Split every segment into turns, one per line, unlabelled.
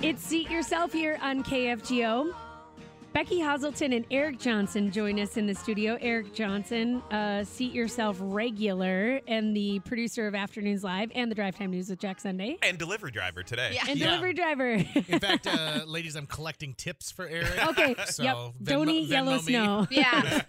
It's Seat Yourself here on KFGO. Becky Hazelton and Eric Johnson join us in the studio. Eric Johnson, uh, Seat Yourself regular and the producer of Afternoons Live and the Drive Time News with Jack Sunday.
and delivery driver today.
Yeah.
And
Yeah.
delivery driver.
In fact, uh, ladies, I'm collecting tips for Eric.
okay.
So,
yep.
Venmo-
Don't eat
Venmo
yellow
me.
snow.
Yeah.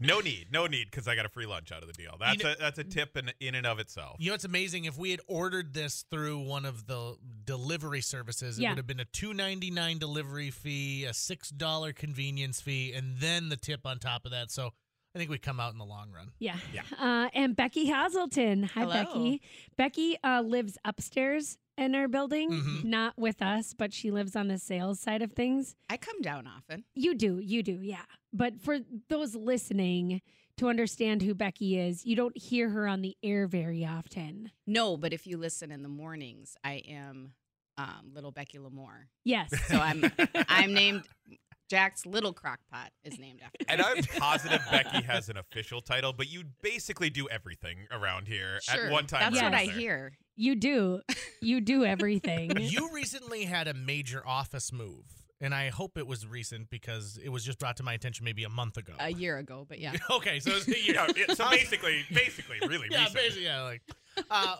No need, no need, because I got a free lunch out of the deal. That's
You know-
a that's a tip in in and of itself.
You know, it's amazing. If we had ordered this through one of the delivery services, it
Yeah.
would have been a two ninety nine delivery fee, a six dollar convenience fee, and then the tip on top of that. So I think we come out in the long run.
Yeah.
Yeah.
Uh, and Becky Hazelton. Hi,
Hello.
Becky. Becky uh, lives upstairs in our building,
Mhm.
not with us, but she lives on the sales side of things.
I come down often.
You do, you do, yeah. But for those listening to understand who Becky is, you don't hear her on the air very often.
No, but if you listen in the mornings, I am um, little Becky Lamore.
Yes.
So I'm I'm named Jack's little crockpot is named after me.
And I'm positive Becky has an official title, but you basically do everything around here
Sure.
at one time.
That's
Yes.
or
what I
another.
hear.
you do. You do everything.
you recently had a major office move, and I hope it was recent because it was just brought to my attention maybe a month ago.
A year ago, but yeah.
okay, so it's, you
Yeah, yeah, so basically, basically, really,
yeah,
recent.
basically, yeah. Like, uh,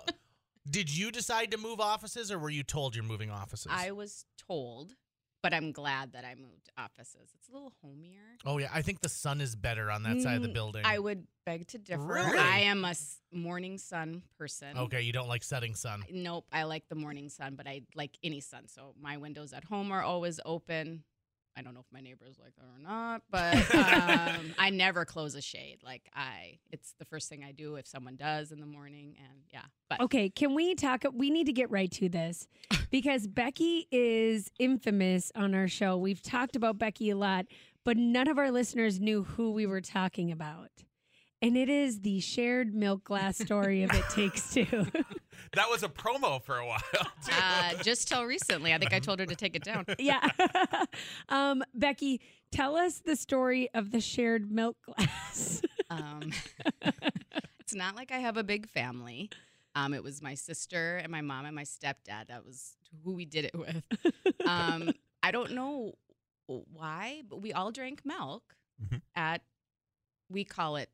did you decide to move offices, or were you told you're moving offices?
I was told, but I'm glad that I moved offices. It's a little homier.
Oh yeah, I think the sun is better on that side of the
Mm,
building.
I would beg to differ.
Really?
I am a s- morning sun person.
Okay, you don't like setting sun.
Nope, I like the morning sun, but I like any sun. So my windows at home are always open. I don't know if my neighbors like that or not, but um, I never close a shade. Like I, it's the first thing I do if someone does in the morning, and yeah. But
Okay, can we talk? We need to get right to this because Becky is infamous on our show. We've talked about Becky a lot, but none of our listeners knew who we were talking about. And it is the shared milk glass story of It Takes Two.
That was a promo for a while. Too.
uh, just till recently, I think I told her to take it down.
yeah. um, Becky, tell us the story of the shared milk glass.
Um, it's not like I have a big family. Um, it was my sister and my mom and my stepdad. That was who we did it with. Um, I don't know why, but we all drank milk
Mm-hmm.
Mhm.
at, we call it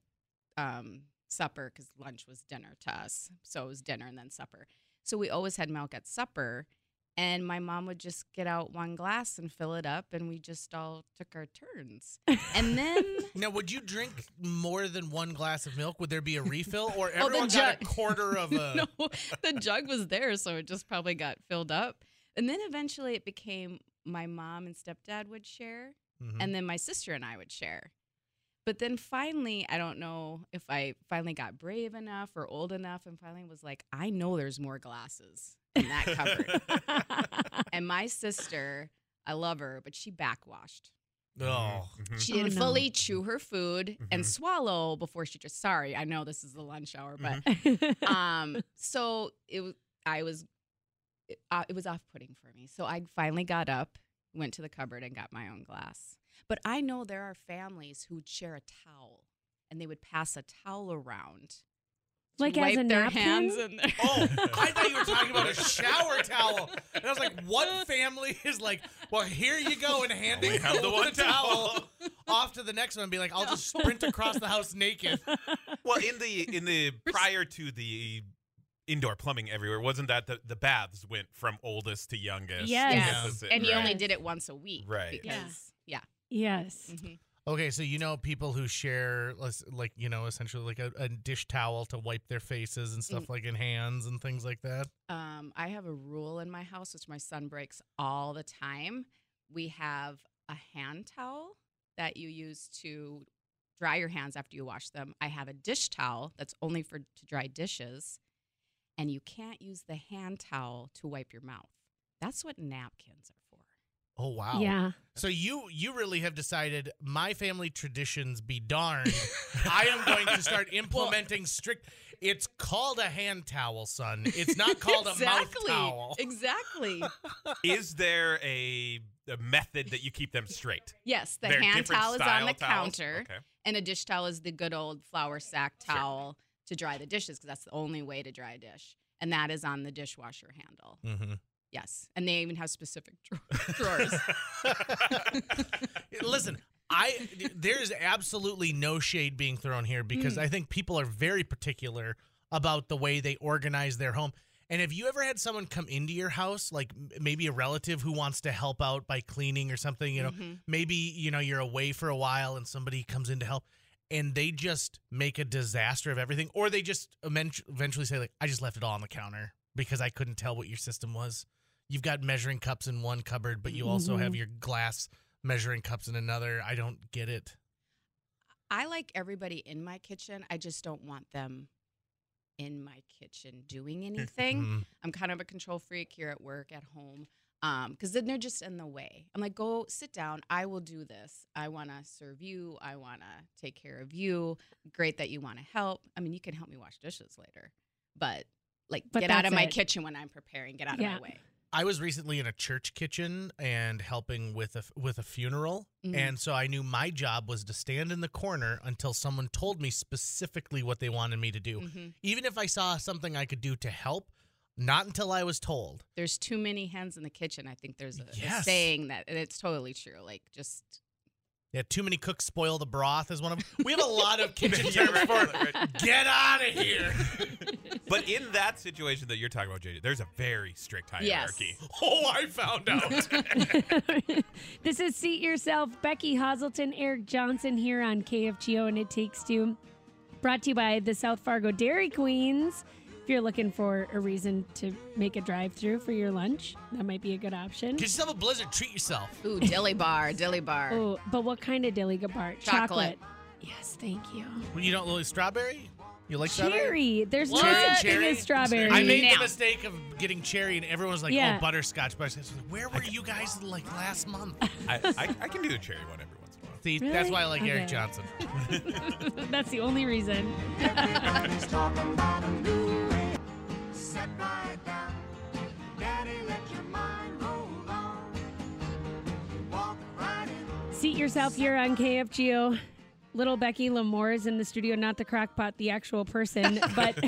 um, supper because lunch was dinner to us. So it was dinner and then supper. So we always had milk at supper. And my mom would just get out one glass and fill it up, and we just all took our turns. And then
Now, would you drink more than one glass of milk? Would there be a refill, or
the
everyone got
jug.
a quarter of a?
no, the jug was there, so it just probably got filled up. And then eventually it became my mom and stepdad would share,
Mhm.
and then my sister and I would share. But then finally, I don't know if I finally got brave enough or old enough and finally was like, I know there's more glasses in that cupboard.
Mm-hmm.
and my sister, I love her, but she backwashed.
Oh.
Mhm.
She
Oh,
didn't
no.
fully chew her food and
Mhm.
swallow before she just, sorry, I know this is the lunch hour, but um so it was i was it, uh, it was off-putting for me so i finally got up went to the cupboard and got my own glass but i know there are families who would share a towel and they would pass a towel around to
Like as
wipe
a
their
napkin?
hands and their-
Oh, I thought you were talking about a shower towel, and I was like, "What family is like? Well, here you go, and handing
Only have the one towel.
off to the next one, and be like, I'll just sprint across the house naked."
Well, in the in the prior to the indoor plumbing everywhere, wasn't that the, the baths went from oldest to youngest?
Yes.
I guess
Yeah.
that's it,
and you
right?
only did it once a week
Right.
Yeah.
because yeah,
yes.
mhm.
Okay, so you know people who share, less- like you know, essentially like a, a dish towel to wipe their faces and stuff, like in hands and things like that.
um, i have a rule in my house which my son breaks all the time we have a hand towel that you use to dry your hands after you wash them. I have a dish towel that's only for to dry dishes, and you can't use the hand towel to wipe your mouth. That's what napkins are for.
Oh wow!
Yeah.
So you you really have decided my family traditions be darned. I am going to start implementing strict. It's called a hand towel, son. It's not called a mouth towel.
Exactly.
Is there a, a method that you keep them straight?
yes, the
They're
hand
different
towel is on
style
the
towels?
counter,
Okay.
and a dish towel is the good old flour sack
Sure.
towel to dry the dishes because that's the only way to dry a dish, and that is on the dishwasher handle.
Mhm.
Yes, and they even have specific dra- drawers.
Listen, I there is absolutely no shade being thrown here because I think people are very particular about the way they organize their home. And have you ever had someone come into your house, like m- maybe a relative who wants to help out by cleaning or something? You know,
Mhm.
maybe you know you're away for a while and somebody comes in to help, and they just make a disaster of everything, or they just amen- eventually say like, "I just left it all on the counter because I couldn't tell what your system was." You've got measuring cups in one cupboard, but you also have
Mhm.
your glass measuring cups in another. I don't get it.
I like everybody in my kitchen. I just don't want them in my kitchen doing anything.
Mm.
I'm kind of a control freak here at work, at home, because then they're just in the way. I'm like, go sit down. I will do this. I want to serve you. I want to take care of you. Great that you want to help. I mean, you can help me wash dishes later, but like,
But
get out
that's
of my
it.
kitchen when I'm preparing. Get out
Yeah.
of my way.
I was recently in a church kitchen and helping with a with a funeral,
Mhm.
and so I knew my job was to stand in the corner until someone told me specifically what they wanted me to do.
Mhm.
Even if I saw something I could do to help, not until I was told.
There's too many hands in the kitchen. I think there's a, a
Yes.
saying that, and it's totally true. Like, just
Yeah, too many cooks spoil the broth is one of them. We have a lot of kitchen
Yeah,
terms
right,
for
right, right.
get out of here.
But in that situation that you're talking about, JJ, there's a very strict
Yes.
hierarchy.
Oh, I found out.
this is Seat Yourself, Becky Hazelton, Eric Johnson here on KFGO and It Takes Two. Brought to you by the South Fargo Dairy Queens. If you're looking for a reason to make a drive through for your lunch, that might be a good option.
Get yourself a blizzard, treat yourself.
ooh, dilly bar, dilly bar.
Oh, but what kind of dilly bar?
Chocolate.
Yes, thank you.
Well, you don't really strawberry? You like strawberry?
Cherry. There's no
What?
such
Cherry?
thing as strawberry.
I made the
Now.
mistake of getting cherry, and everyone was like,
Yeah.
"Oh, butterscotch, butterscotch." I was like, Where were you guys like last month?
I, I, I can do a cherry one every once in a while.
See,
Really?
that's why I like
Okay.
Eric Johnson.
That's the only reason.
Everybody's talking about a new way. Sit right down. Daddy, let your mind roll on. Walk right in.
Seat yourself here on KFGO. Little Becky Lamore is in the studio, not the crockpot, the actual person. But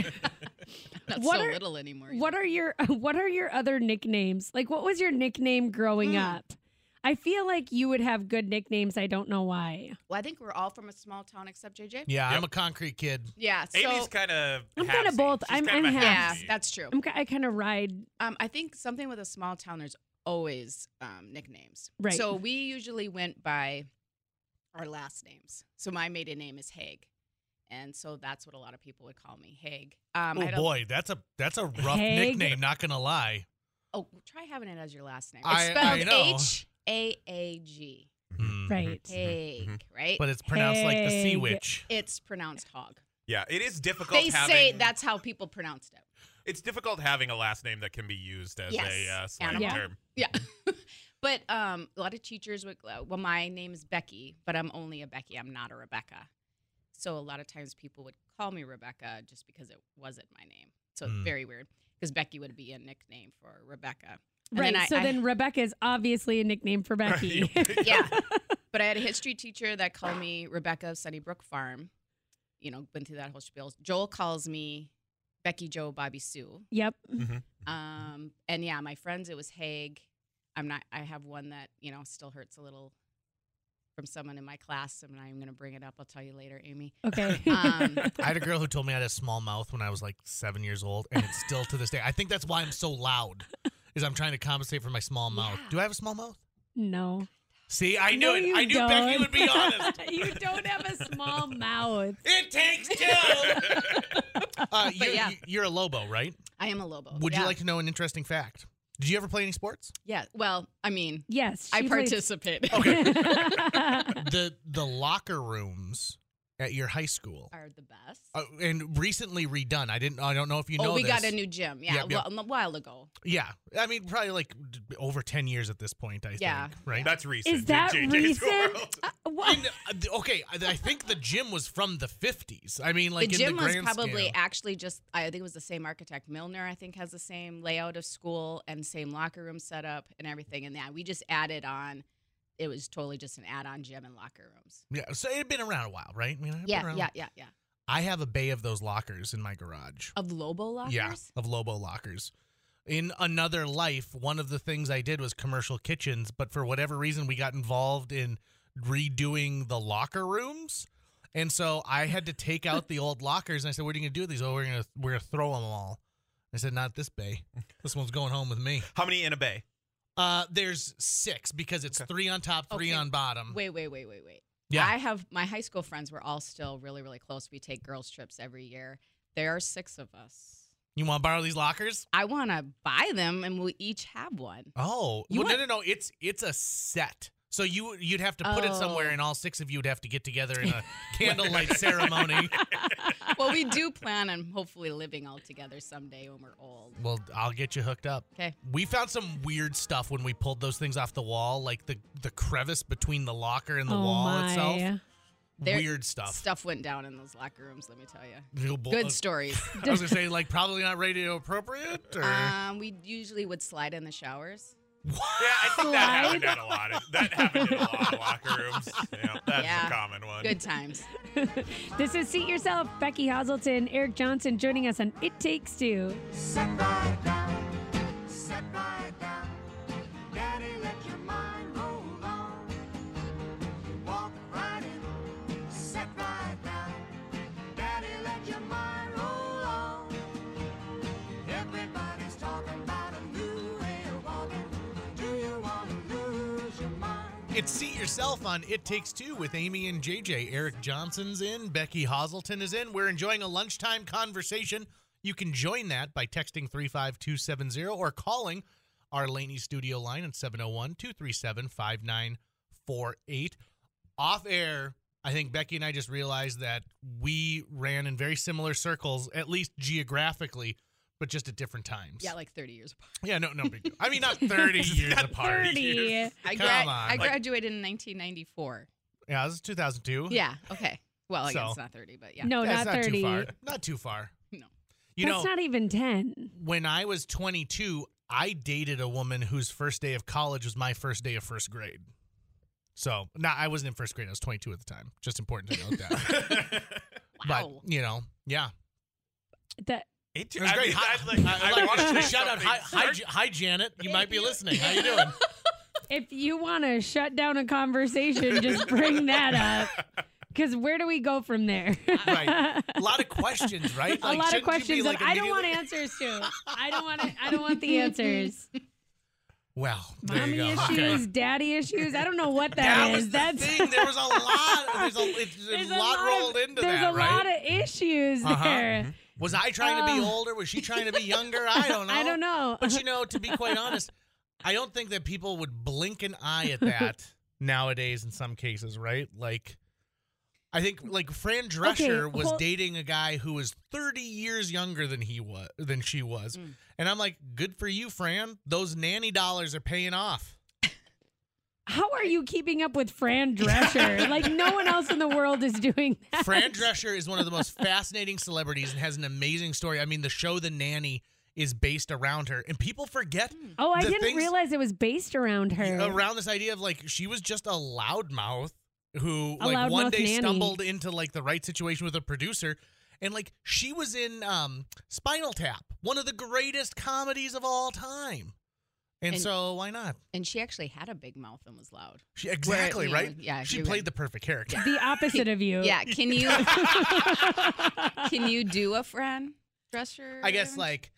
Not
what
so
are-
little anymore.
what are your what are your other nicknames? Like, what was your nickname
Hmm.
growing up? I feel like you would have good nicknames. I don't know why.
Well, I think we're all from a small town except JJ.
Yeah, I'm
Yep.
a concrete kid.
Yeah. So
Amy's kind of.
I'm kinda both. I'm- I'm
yeah,
half.
that's true.
I'm, ki- I kind of ride.
Um, I think something with a small town. There's always um, nicknames.
Right.
So we usually went by our last names. So my maiden name is Haig, and so that's what a lot of people would call me, Haig. Um, I
oh
don't-
boy, that's a that's a rough
Hag.
nickname. Not gonna lie.
Oh, try having it as your last name. It's
I- I
spelled
know.
H A A G.
Mm.
Right.
Haig, right?
Mm-hmm. But it's pronounced like the sea
Hag.
witch.
it's pronounced hog.
Yeah, it is difficult.
They
having,
say that's how people pronounced it.
It's difficult having a last name that can be used as
Yes.
a uh, slang
Animal.
term.
Yeah. but um, a lot of teachers would, uh, well, my name is Becky, but I'm only a Becky. I'm not a Rebecca. So a lot of times people would call me Rebecca just because it wasn't my name. So it's
Mm.
very weird because Becky would be a nickname for Rebecca. And
right.
I-
so
I-
then Rebecca is obviously a nickname for Becky.
yeah. But I had a history teacher that called me Rebecca of Sunnybrook Farm. You know, went through that whole spiel. Joel calls me Becky Joe Bobby Sue.
yep.
Um, and yeah, my friends, it was Haig. I'm not. I have one that you know still hurts a little from someone in my class. I'm not even going to bring it up. I'll tell you later, Amy.
Okay.
Um,
I had a girl who told me I had a small mouth when I was like seven years old, and it's still to this day. I think that's why I'm so loud, is I'm trying to compensate for my small mouth.
Yeah.
Do I have a small mouth?
no.
See, I knew
No,
it.
you
I knew
don't.
Becky would be honest.
you don't have a small mouth.
It takes two. uh, you're,
yeah.
you're a Lobo, right?
I am a Lobo.
Would
Yeah.
you like to know an interesting fact? Did you ever play any sports?
Yeah. Well, I mean,
Yes. she
I
plays-
participate.
the the locker rooms at your high school
Are the best.
uh, and recently redone. I didn't. I don't know if you know.
oh, we got
this.
a new gym. Yeah,
Yep, yep.
well, a while ago.
Yeah, I mean, probably like d- over ten years at this point. I
Yeah.
think. Right.
That's recent.
Is that
in JJ's
recent?
world.
Uh, what?
And, uh, th- okay, I I think the gym was from the fifties. I mean, like
the
in
gym
the
was
grand
probably
scale.
actually just I think it was the same architect Milner I think has the same layout of school and same locker room setup and everything and that we just added on it was totally just an add-on gym and locker rooms.
yeah. So it had been around a while, right? I mean, it had been
Yeah,
around.
yeah, yeah, yeah.
I have a bay of those lockers in my garage.
Of Lobo lockers?
Mm-hmm. Yeah, of Lobo lockers. in another life, one of the things I did was commercial kitchens, but for whatever reason, we got involved in redoing the locker rooms. And so I had to take out the old lockers, and I said, "What are you gonna do with these? Oh, we're gonna we're gonna throw them all." I said, "Not this bay. This one's going home with me."
How many in a bay?
Uh, there's six because it's three on top, three
Okay.
on bottom.
Wait, wait, wait, wait, wait.
Yeah.
I have my high school friends were all still really, really close. We take girls' trips every year. There are six of us.
You want to borrow these lockers?
I want to buy them and we each have one.
Oh,
You
well,
want-
no, no, no. It's it's a set. So you you'd have to put it somewhere,
Oh.
and all six of you would have to get together in a candlelight ceremony.
well, we do plan on hopefully living all together someday when we're old.
Well, I'll get you hooked up.
'Kay.
We found some weird stuff when we pulled those things off the wall, like the the crevice between the locker and the
oh
wall
my.
itself.
There-
weird stuff.
Stuff went down in those locker rooms, let me tell you.
Oh, boy.
Good stories.
I was gonna say like probably not radio appropriate. Or...
um, we usually would slide in the showers.
Yeah, I think that happened
Slide.
at a lot. Of, that happened in a lot of locker rooms. Yeah, that's
Yeah.
a common one.
Good times.
This is Seat Yourself, Becky Hazelton, Eric Johnson joining us on It Takes Two.
Sit right down, sit right down. Daddy, let your mind roll on. Walk right in, sit right down. Daddy, let your mind roll on. Everybody's talking about a new way of walking. Do you want to lose your mind?
It's See Yourself on It Takes Two with Amy and JJ. Eric Johnson's in, Becky Hazelton is in. We're enjoying a lunchtime conversation. You can join that by texting 35270 or calling our Laney studio line at 701 237 5948. Off air, I think Becky and I just realized that we ran in very similar circles, at least geographically, but just at different times.
Yeah, like 30 years apart.
yeah no, no big deal. I mean, not 30 years apart.
30.
I,
Come
gra-
on.
I graduated in 1994.
Yeah, this is 2002.
Yeah, okay. Well, I
So-
guess it's not 30, but yeah.
No,
That's
Oh, not, 30.
too far. Not too far.
No.
You
That's
know,
not even 10.
when I was 22, I dated a woman whose first day of college was my first day of first grade. So, no, I wasn't in first grade. I was 22 at the time. Just important to note that.
Wow.
But, you know, yeah.
That
It,
It was
I
great.
mean,
Hi-
I'd like,
I- I'd
I
like
wanna
to
say
shout out.
something.
Hi, hi,
Start-
J- hi, Janet. You might be listening. How you doing?
if you want to shut down a conversation, just bring that up. Because where do we go from there?
Right. A lot of questions, right?
a lot of
shouldn't you be,
questions
like,
that I don't want
immediately-
answers to. I don't want to. I don't want the answers.
Well, there you
Mommy
go.
issues,
Okay.
daddy issues. I don't know what
That
that
was
is.
the
That's
thing. There was a lot. There's a, it's, there's a lot, rolled
of,
into
there's
that,
a
right?
lot of issues
Uh-huh.
there.
Was I trying to be
Oh.
older? Was she trying to be younger? I don't know.
I don't know.
Mm-hmm. But you know, to be quite honest, I don't think that people would blink an eye at that nowadays in some cases, right? Like I think like Fran Drescher was
hold-
dating a guy who was 30 years younger than he was than she was.
Mm.
And I'm like, "Good for you, Fran. Those nanny dollars are paying off."
How are you keeping up with Fran Drescher? like no one else in the world is doing that.
Fran Drescher is one of the most fascinating celebrities and has an amazing story. I mean, the show The Nanny is based around her, and people forget
Oh, I
the
didn't
things-
realize it was based around her.
around this idea of like she was just a loudmouth who
A
like one
loudmouth
day
nanny.
stumbled into like the right situation with a producer and like she was in um Spinal Tap, one of the greatest comedies of all time. And,
And-
so why not?
And she actually had a big mouth and was loud.
She, exactly,
yeah,
right?
yeah,
she
you
played
would.
the perfect character.
the opposite of you.
Yeah, can you can you do a Fran Drescher?
I guess like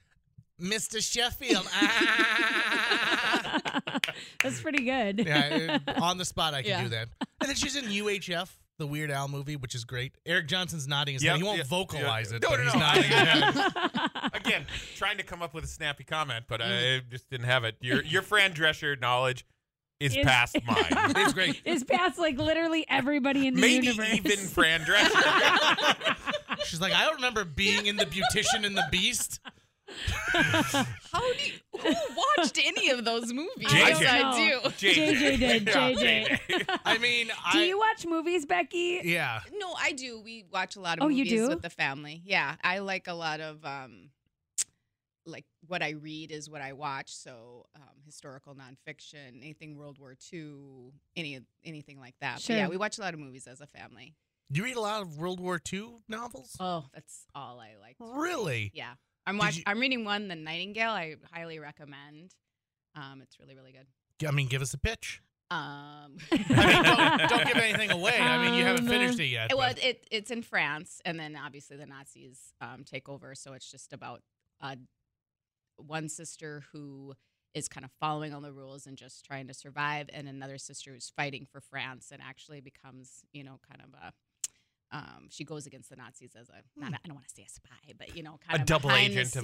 Mr. Sheffield. ah.
That's pretty good.
yeah, I- on the spot, I can
Yeah.
do that. And then she's in UHF, the Weird Al movie, which is great. Eric Johnson's nodding his
Yep,
head. He won't
yeah,
vocalize
yeah.
it.
No,
but
no,
he's
no.
nodding his head.
Again, trying to come up with a snappy comment, but I
Mm-hmm.
just didn't have it. Your your Fran Drescher knowledge is
Is-
past mine.
It's great.
It's past like literally everybody in the
Maybe
universe.
even Fran Drescher.
She's like, I don't remember being in the Beautician and the Beast.
how do you, who watched any of those movies?
I
Yes,
don't
I do.
JJ did.
Yeah,
JJ.
I mean,
Do
I
you watch movies, Becky?
yeah.
No, I do. We watch a lot of
Oh, you
movies
do?
with the family. Yeah, I like a lot of um, like what I read is what I watch. So um, historical nonfiction, anything World War II, any anything like that. But yeah,
Sure.
we watch a lot of movies as a family.
Oh.
Do you read a lot of World War II novels?
Oh, that's all I like.
Really?
Yeah, I'm watching.
you-
I'm reading one, The Nightingale. I highly recommend. Um, it's really really good.
I mean, give us a pitch.
Um,
I mean, don't, don't give anything away. I mean, you haven't
Um,
finished it yet.
it was
but-
it, it's in France, and then obviously the Nazis um, take over. So it's just about uh, one sister who is kind of following all the rules and just trying to survive, and another sister who's fighting for France and actually becomes you know kind of a. Um, she goes against the Nazis as a not a, I don't want to say a spy, but you know, kind
A
of
double
behind
agent
the
of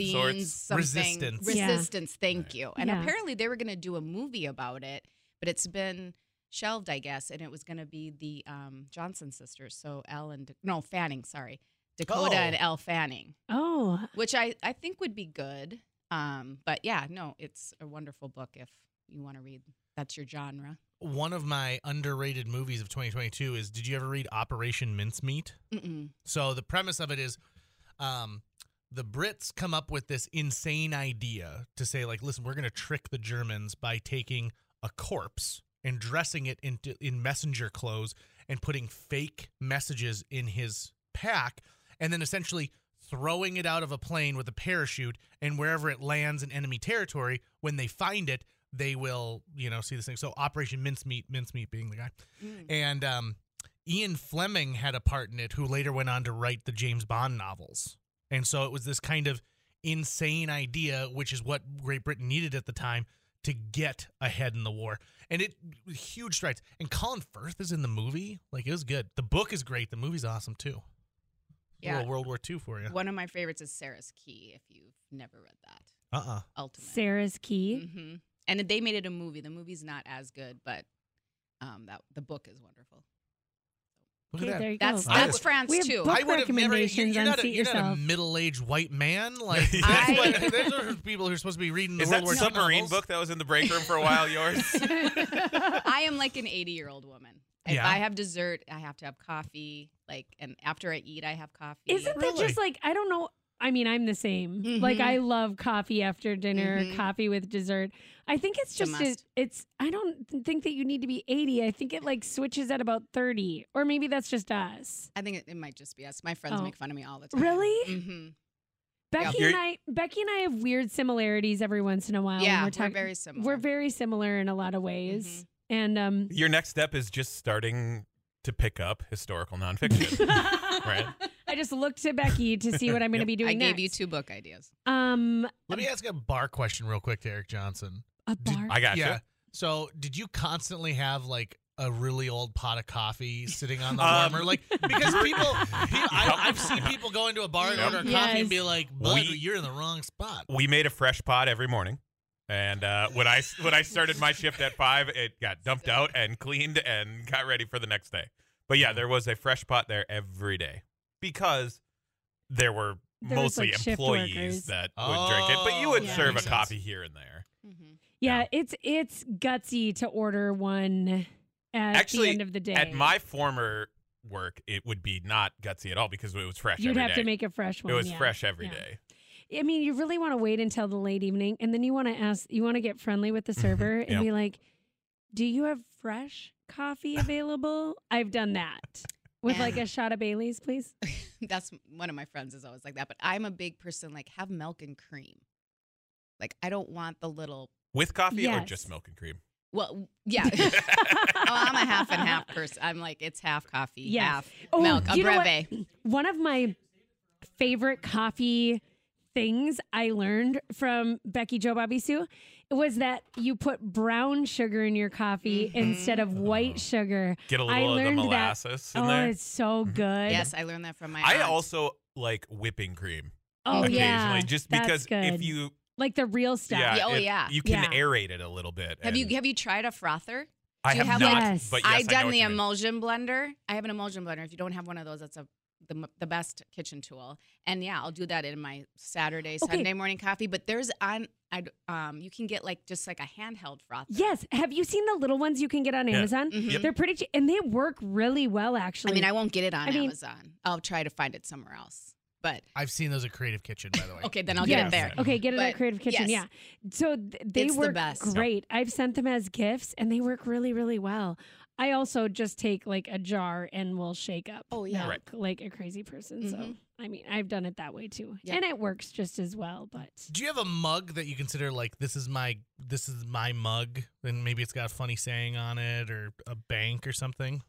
sorts.
scenes, something-
Resistance.
Yeah.
Resistance. Thank you. And
Yeah.
apparently they were going to do a movie about it, but it's been shelved, I guess, and it was going to be the um, Johnson sisters. So Elle and no Fanning, sorry, Dakota
Oh.
and Elle Fanning,
Oh,
which I I think would be good. Um, but yeah, no, it's a wonderful book if you want to read. That's your genre.
One of my underrated movies of 2022 is Did you ever read Operation Mincemeat?
Mm-mm.
So the premise of it is um, the Brits come up with this insane idea to say, like, listen, we're going to trick the Germans by taking a corpse and dressing it into in messenger clothes and putting fake messages in his pack and then essentially throwing it out of a plane with a parachute and wherever it lands in enemy territory when they find it they will you know see this thing so operation mincemeat mincemeat being the guy
Mm.
and um, Ian Fleming had a part in it, who later went on to write the James Bond novels. And so it was this kind of insane idea, which is what Great Britain needed at the time to get ahead in the war. And it huge strides. And Colin Firth is in the movie. Like it was good. The book is great. The movie's awesome too.
Yeah.
Little World War II for you.
One of my favorites is Sarah's Key. If you've never read that,
Uh uh
Ultimate.
Sarah's key.
hmm And they made it a movie. The movie's not as good, but um, that the book is wonderful.
Look
Okay,
at
there
that.
you
Mm-hmm. That's
go.
I
that's
would-
France
we have
too.
both-
I would have never. You're,
recommendations
you're
on
not, a,
Seat
you're not a
Yourself.
middle-aged white man. Like that's
I-
what, those are people who are supposed to be reading the
Is
World
that
War II
submarine
novels.
book that was in the break room for a while yours?
I am like an 80 year old woman. If
Yeah.
I have dessert, I have to have coffee. Like, and after I eat, I have coffee.
Isn't that
Really?
just like I don't know? I mean, I'm the same.
Mhm.
Like I love coffee after dinner,
Mhm.
coffee with dessert. I think it's
It's a
just a-
must.
it's. I don't think that you need to be 80. I think it like switches at about 30, or maybe that's just us.
I think it, it might just be us. My friends
Oh.
make fun of me all the time.
Really?
hmm
Becky
You're-
and I, Becky and I have weird similarities every once in a while. Oh, when
yeah,
we're,
we're,
talking-
very similar. Mm-hmm.
We're very similar in a lot of ways, and um,
Your next step is just starting to pick up historical nonfiction. right?
I just looked to Becky to see what I'm going to be doing.
I gave you
next.
two book ideas.
Um,
Let me ask a bar question real quick to Eric Johnson.
a
Did-
bar.
I got you.
Yeah. So, did you constantly have like a really old pot of coffee sitting on the
Um,
warmer? Like, because people, people I, I've seen people go into a bar and
Yep.
order a coffee
Yes.
and be like, "Bud,
We-
you're in the wrong spot."
We made a fresh pot every morning. And uh, when I when I started my shift at five, it got dumped out and cleaned and got ready for the next day. But yeah, there was a fresh pot there every day because there were
There was,
mostly
like, shift
employees
workers.
that would drink it. But you would
Oh,
serve a
makes sense.
coffee here and there.
Mm-hmm.
Yeah,
Yeah.
it's it's gutsy to order one at
Actually,
the end of the day.
At my former work, it would be not gutsy at all because it was fresh.
you'd
every
have to
day.
make a fresh one.
it was
yeah.
fresh every
yeah.
day.
I mean, you really want to wait until the late evening, and then you want to ask, you want to get friendly with the server and
Yep.
be like, "Do you have fresh coffee available?" I've done that with like
Yeah.
a shot of Bailey's, please.
That's one of my friends is always like that. But I'm a big person. Like, have milk and cream. Like, I don't want the little.
With coffee or
Yes.
just milk and cream?
Well, yeah. oh, I'm a half and half person. I'm like, it's half coffee,
Yes.
half
Oh,
milk, a
you know what?
breve.
One of my favorite coffee things I learned from Becky Joe Bobby Sue was that you put brown sugar in your coffee
Mhm.
instead of white
Oh.
sugar.
Get a
I
little of the
learned that-
molasses in
oh,
there. Mm-hmm.
it's so good.
Yes, I learned that from Oh my.
I
aunt.
also like whipping cream
Oh
occasionally,
yeah.
just
That's
because if
good.
you
like the real stuff.
yeah,
Yeah, oh,
it-
yeah.
you can
Yeah.
aerate it a little bit.
Have you
and
have you tried a frother?
I
do you
have,
have,
not,
like- Yes.
but yes,
I
know
done
what
the
you mean.
emulsion blender. I have an emulsion blender. If you don't have one of those, that's a the, m- the best kitchen tool. And yeah, I'll do that in my Saturday,
Okay.
Sunday morning coffee. But there's on I um you can get like just like a handheld frother.
Yes. Have you seen the little ones you can get on
Yeah.
Amazon?
Mhm.
Yep.
They're pretty cheap and they work really well
I
actually.
mean, I won't get it on
I mean-
Amazon. I'll try to find it somewhere else. But
I've seen those at Creative Kitchen, by the way.
okay, then I'll
yes.
get it there.
Okay, get it at
But,
Creative Kitchen.
yes.
Yeah. So th- they
It's the
work
best. Yep.
great. I've sent them as gifts and they work really, really well. I also just take like a jar and will shake up.
Oh, yeah.
milk Like a crazy person. So,
Mhm.
I mean, I've done it that way too.
Yeah.
And it works just as well. But
Do you have a mug that you consider like this is my this is my mug? And maybe it's got a funny saying on it or a bank or something.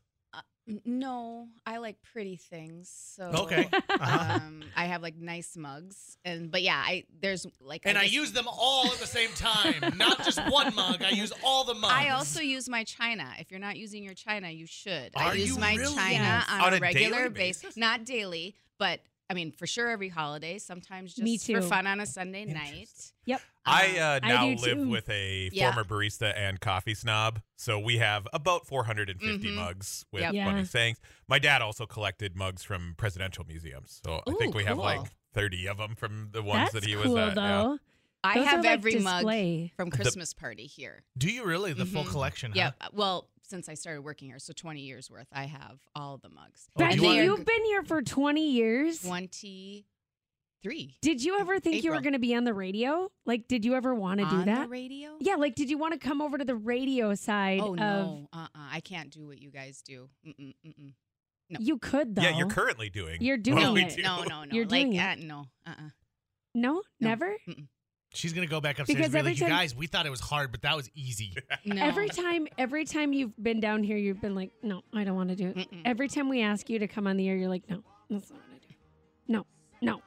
N- No, I like pretty things. So
Okay. Uh-huh.
um, I have like nice mugs, and but yeah, I there's like
and I
just-
use them all at the same time, not just one mug. I use all the mugs.
I also use my china. If you're not using your china, you should.
Are
I use
you
my
really?
china
Yes.
on,
On
a,
a
regular
daily
basis.
basis?
not daily, but I mean for sure every holiday. Sometimes just
Me
for
too.
fun on a Sunday night. Um,
Yep.
I uh,
I
now
do
live
too.
with a
Yeah.
former barista and coffee snob, so we have about 450
Mhm.
mugs with
Yep.
Yeah.
funny sayings. My dad also collected mugs from presidential museums, so I think
Ooh,
we have like
cool.
30 of them from the ones
That's
that he
cool,
was at.
though.
yeah.
I
Those
have
are, like,
every mug
display.
from Christmas party here.
Do you really the full
Mhm.
collection?
Yeah.
huh?
Well, since I started working here, so 20 years worth, I have all the mugs.
Oh, do
Becky,
you wanna-
you've been here for 20 years.
23.
Did you ever think you were
April.
going to be on the radio? Like, did you ever want to do
on
that?
the radio?
yeah, like, did you want to come over to the radio side
Oh
of?
no, uh-uh. I can't do what you guys do. Mm-mm, mm-mm. No.
You could though.
Yeah, you're currently doing.
You're doing
No,
Well, we
it.
do.
no, no, no.
You're
like,
doing it.
uh, no, uh-uh.
No,
No.
never.
She's gonna go back upstairs
Because
and be
every
like, "You
time-
guys, we thought it was hard, but that was easy."
No.
Every time, every time you've been down here, you've been like, no, I don't want to do it.
Mm-mm.
Every time we ask you to come on the air, you're like, no, that's not what I do. No, no.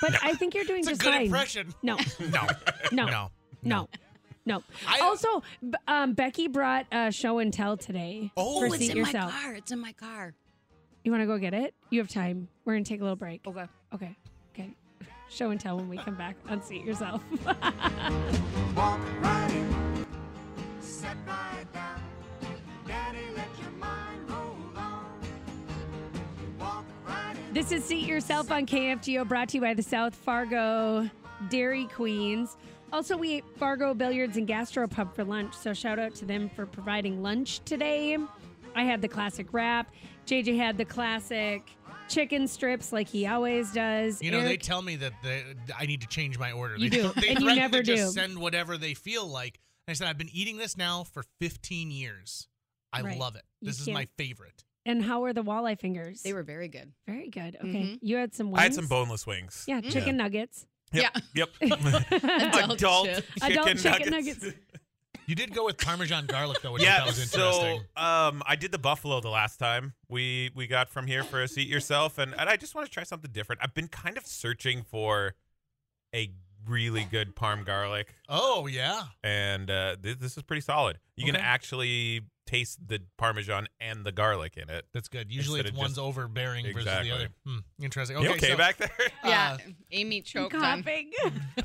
But I think you're doing
It's a
just
good
fine.
impression.
No,
No,
no, no,
no,
no.
I, uh,
Also, b- um, Becky brought uh, show and tell today.
Oh,
for
Oh, it's
seat
in
yourself.
my car. It's in my car.
You want to go get it? You have time. We're gonna take a little break.
Okay.
Okay. Okay. Show and tell when we come back. Unseat yourself.
Walk right in, sit right down. Daddy, let your mind roll on. Walk right in.
This is Seat Yourself on KFGO, brought to you by the South Fargo Dairy Queens. Also, we ate Fargo Billiards and Gastropub for lunch, so shout out to them for providing lunch today. I had the classic wrap. JJ had the classic chicken strips, like he always does.
you know, they
Eric-
tell me that they, I need to change my order.
You
they
do,
they
and you
threaten
never
to just
do.
send whatever they feel like. And I said, "I've been eating this now for 15 years. I
Right.
love it.
You
This is my
can't-
favorite."
and how are the walleye fingers?
They were very good.
very good. Okay,
Mhm.
you had some. Wings?
I had some boneless wings.
Yeah, chicken nuggets.
Yep. Yep.
Adult
Adult
chips.
Adult
chicken
chicken
nuggets.
nuggets.
You did go with Parmesan garlic though, which I
yeah,
thought was
so
interesting.
um, I did the buffalo the last time we we got from here for a seat yourself, and, and I just want to try something different. I've been kind of searching for a really good parm garlic,
oh yeah,
and uh, th- this is pretty solid. You can
Okay.
actually taste the parmesan and the garlic in it.
that's good. Usually
Instead
it's
of
one's
just-
overbearing versus
Exactly.
the other. Hmm, interesting.
Okay,
Okay,
you okay
so
back there?
yeah. Amy choked on.
Coughing.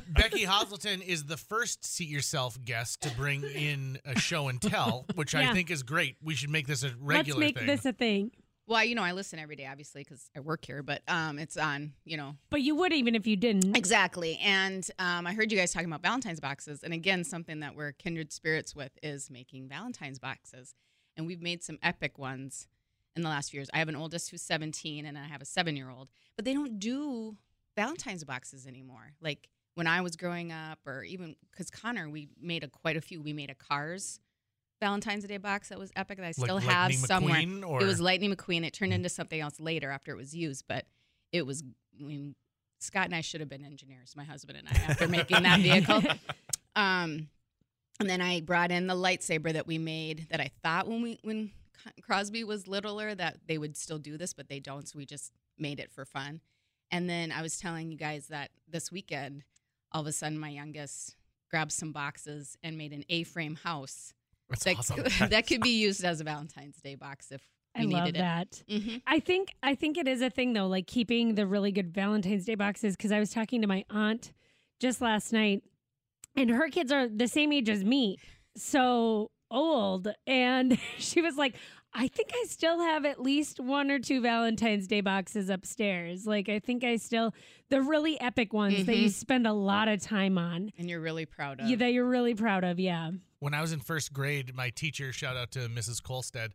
Becky Hosleton is the first seat yourself guest to bring in a show and tell, which
Yeah.
I think is great. We should make this a
Let's
regular
make
thing.
this a thing.
Well, you know, I listen every day, obviously, because I work here. But um, it's on. You know,
But you would even if you didn't.
Exactly. And um, I heard you guys talking about Valentine's boxes. And again, something that we're kindred spirits with is making Valentine's boxes. And we've made some epic ones in the last few years. I have an oldest who's 17 and I have a seven year old, but they don't do Valentine's boxes anymore. Like when I was growing up, or even because Connor, we made a, quite a few. We made a Cars Valentine's Day box that was epic that I
Like
still have
Lightning
somewhere.
McQueen or
It was Lightning McQueen. It turned into something else later after it was used, but it was. I mean, Scott and I should have been engineers, my husband and I, after making that vehicle. Um, and then I brought in the lightsaber that we made that I thought when we when Co- Crosby was littler that they would still do this, but they don't. So we just made it for fun. And then I was telling you guys that this weekend, all of a sudden, my youngest grabbed some boxes and made an A-frame house
That's
that,
awesome.
that could be used as a Valentine's Day box if we
I
needed
love
it.
that.
Mm-hmm.
I think I think it is a thing though, like keeping the really good Valentine's Day boxes. Because I was talking to my aunt just last night, and her kids are the same age as me, so old. And she was like, "I think I still have at least one or two Valentine's Day boxes upstairs. Like I think I still the really epic ones that you spend a lot of time on,
And you're really proud of.
yeah, that you're really proud of. Yeah,
when I was in first grade, my teacher, shout out to Mrs. Colstead,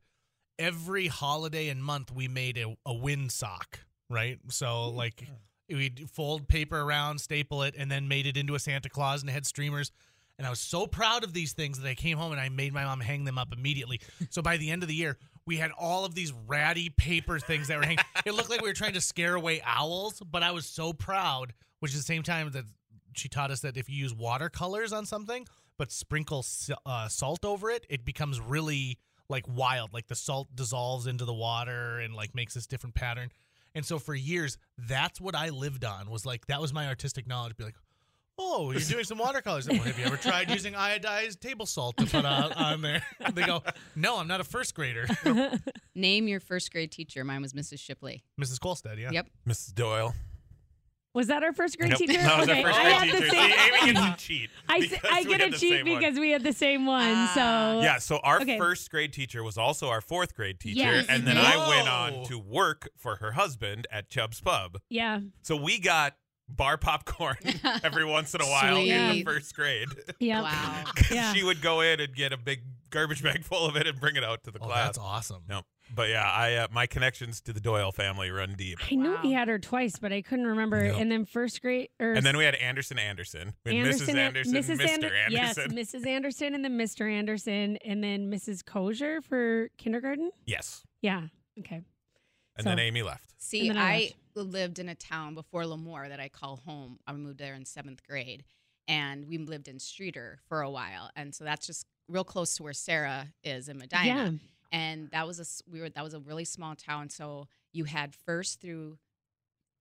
every holiday and month we made a, a windsock. right? So like we'd fold paper around, staple it, and then made it into a Santa Claus and had streamers. And I was so proud of these things that I came home and I made my mom hang them up immediately. So by the end of the year, we had all of these ratty paper things that were hanging. it looked like we were trying to scare away owls, but I was so proud, which is the same time that she taught us that if you use watercolors on something, but sprinkle s- uh, salt over it, it becomes really like wild. Like the salt dissolves into the water and like makes this different pattern. And so for years, that's what I lived on. Was like that was my artistic knowledge. Be like, oh, you're doing some watercolors. Well, have you ever tried using iodized table salt to put on, on there? They go, no, I'm not a first grader.
Name your first grade teacher. Mine was Mrs. Shipley.
Mrs. Colstead, yeah.
Yep.
Mrs. Doyle.
Was that our first grade
Nope.
teacher?
That was our first
I
grade
had the
teacher.
same-
See, Amy gets to cheat.
I, s-
because
I
we
get
had
a
the
cheat
same one.
because we had the same one.
Ah.
so
Yeah, so our
Okay.
first grade teacher was also our fourth grade teacher,
Yes.
and then I went on
Whoa.
to work for her husband at Chubb's Pub.
yeah.
So we got bar popcorn every once in a while in the
Sweet.
first grade.
Yeah.
Wow.
'Cause
Yeah.
She would go in and get a big garbage bag full of it and bring it out to the
Oh,
class.
that's awesome.
No, but yeah, I uh, my connections to the Doyle family run deep.
I knew we
Wow.
had her twice, but I couldn't remember.
Yep.
And then first grade, or
And then we had Anderson Anderson, we had Mrs. Anderson, Mr.
Ander-
Anderson.
Yes, Mrs. Anderson, and then Mr. Anderson, and then Mrs. Kosher for kindergarten.
Yes.
Yeah. Okay.
And
So-
then Amy left.
See,
And then I
I, lived in a town before Lemoore that I call home. I moved there in seventh grade, and we lived in Streeter for a while, and so that's just real close to where Sarah is in Medina.
Yeah.
And that was a s- we were that was a really small town, so you had first through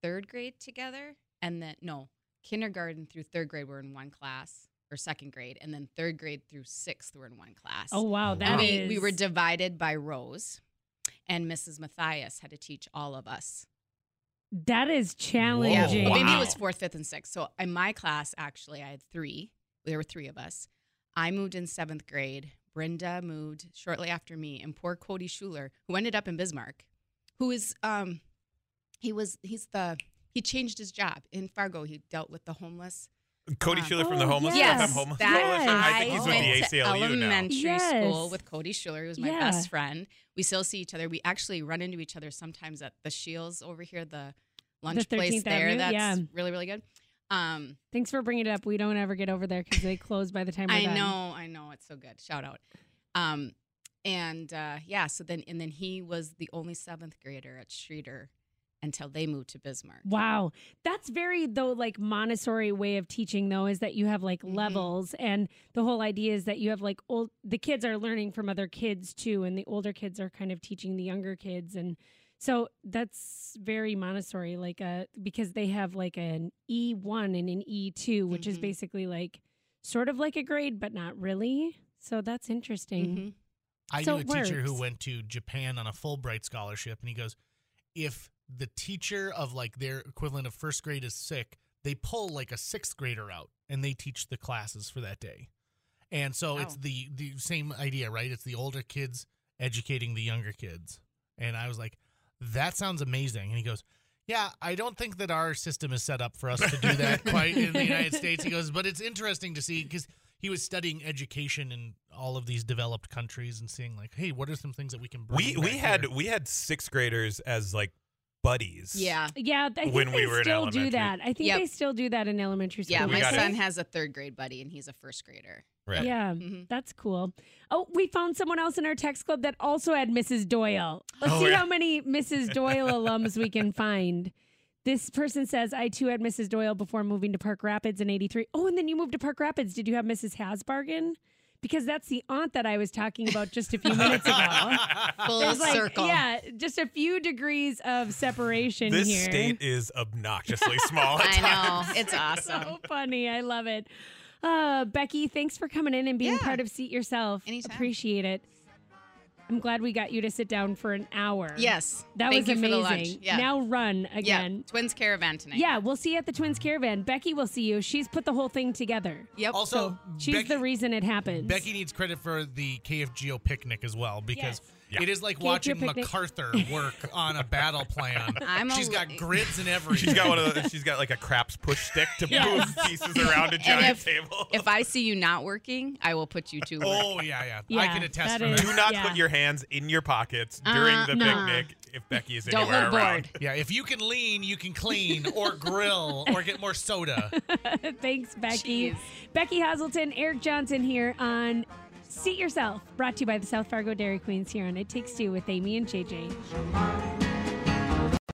third grade together, and then no kindergarten through third grade were in one class or second grade, and then third grade through sixth were in one class.
Oh wow,
And
that
we,
is.
we were divided by rows, and Mrs. Matthias had to teach all of us.
that is challenging.
Whoa.
Well, maybe it
Wow.
was fourth, fifth, and sixth. So in my class, actually, I had three. There were three of us. I moved in seventh grade. Brenda moved shortly after me, and poor Cody Schuler, who ended up in Bismarck, who is um, he was he's the he changed his job in Fargo. He dealt with the homeless.
Cody
Um,
Schuler from
oh,
the homeless
yes,
Club, I'm homeless
that
coalition. I think he's
I
with
went
the
to
ACLU now.
elementary
Yes.
school with Cody Schuler, who's my
Yeah.
best friend. We still see each other. We actually run into each other sometimes at the Shields over here, the lunch place
13th
there.
Avenue,
That's
yeah.
really really good. Um,
Thanks for bringing it up. We don't ever get over there because they close by the time we're
I
done.
know, I know, it's so good. Shout out. Um, and uh, yeah, so then and then he was the only seventh grader at Streeter until they moved to Bismarck.
Wow. That's very though like Montessori way of teaching though is that you have like
Mhm.
levels and the whole idea is that you have like old the kids are learning from other kids too and the older kids are kind of teaching the younger kids and so that's very Montessori like a because they have like an E1 and an E2 which is
Mhm.
basically like sort of like a grade but not really. So that's interesting.
Mhm.
I
So
knew a
it
teacher who
works.
went to Japan on a Fulbright scholarship, and he goes, if the teacher of like their equivalent of first grade is sick, they pull like a sixth grader out and they teach the classes for that day. And so it's
Oh.
Wow.
the the same idea, right? It's the older kids educating the younger kids. And I was like, that sounds amazing. And he goes, yeah, I don't think that our system is set up for us to do that quite in the United States. He goes, but it's interesting to see because he was studying education in all of these developed countries and seeing like, hey, what are some things that we can bring?
We we
back
had
here?
we had sixth graders as like buddies.
Yeah.
Yeah, I think
When
they
we were in
still do
elementary.
that. I think
Yep.
they still do that in elementary school.
Yeah,
We
my
got it.
son has a third grade buddy and he's a first grader.
Right.
Yeah.
Mhm.
That's cool. Oh, we found someone else in our text club that also had Mrs. Doyle. Let's
Oh,
see
yeah.
how many Mrs. Doyle alums we can find. This person says, I too had Mrs. Doyle before moving to Park Rapids in 83. Oh, and then you moved to Park Rapids. Did you have Mrs. Hasbargen? Because that's the aunt that I was talking about just a few minutes ago.
Full
There's like,
circle.
yeah, just a few degrees of separation
This
here.
state is obnoxiously small. At times.
I know. It's awesome.
So funny. I love it. Uh, Becky, thanks for coming in and being
Yeah.
part of Seat Yourself.
Anytime.
Appreciate it. I'm glad we got you to sit down for an hour.
Yes.
That
Thank
was
you
amazing.
For the lunch. Yeah.
Now run
yeah.
again.
Twins caravan tonight.
Yeah, we'll see you at the Twins Caravan. Becky will see you. She's put the whole thing together.
Yep.
also
She's
Becky,
the reason it happens.
Becky needs credit for the KFGO picnic as well because
Yes.
Yeah.
It is like
Get your
watching
picnic.
MacArthur work on a battle plan.
I'm
She's
a-
got grids and everything.
She's got one of the, she's got like a craps push stick to move pieces around a giant
if-
table.
If I see you not working, I will put you to work.
uh, Oh yeah, yeah. I
Yeah,
can attest
that
for
is-
that.
Do not
Yeah.
put your hands in your pockets during
Uh,
the
no.
picnic if Becky is
Don't
anywhere
look
around.
bored.
Yeah, if you can lean, you can clean or grill or get more soda.
Thanks, Becky.
Jeez.
Becky Hazelton, Eric Johnson here on Seat Yourself, brought to you by the South Fargo Dairy Queens here on It Takes Two with Amy and JJ.
your mind.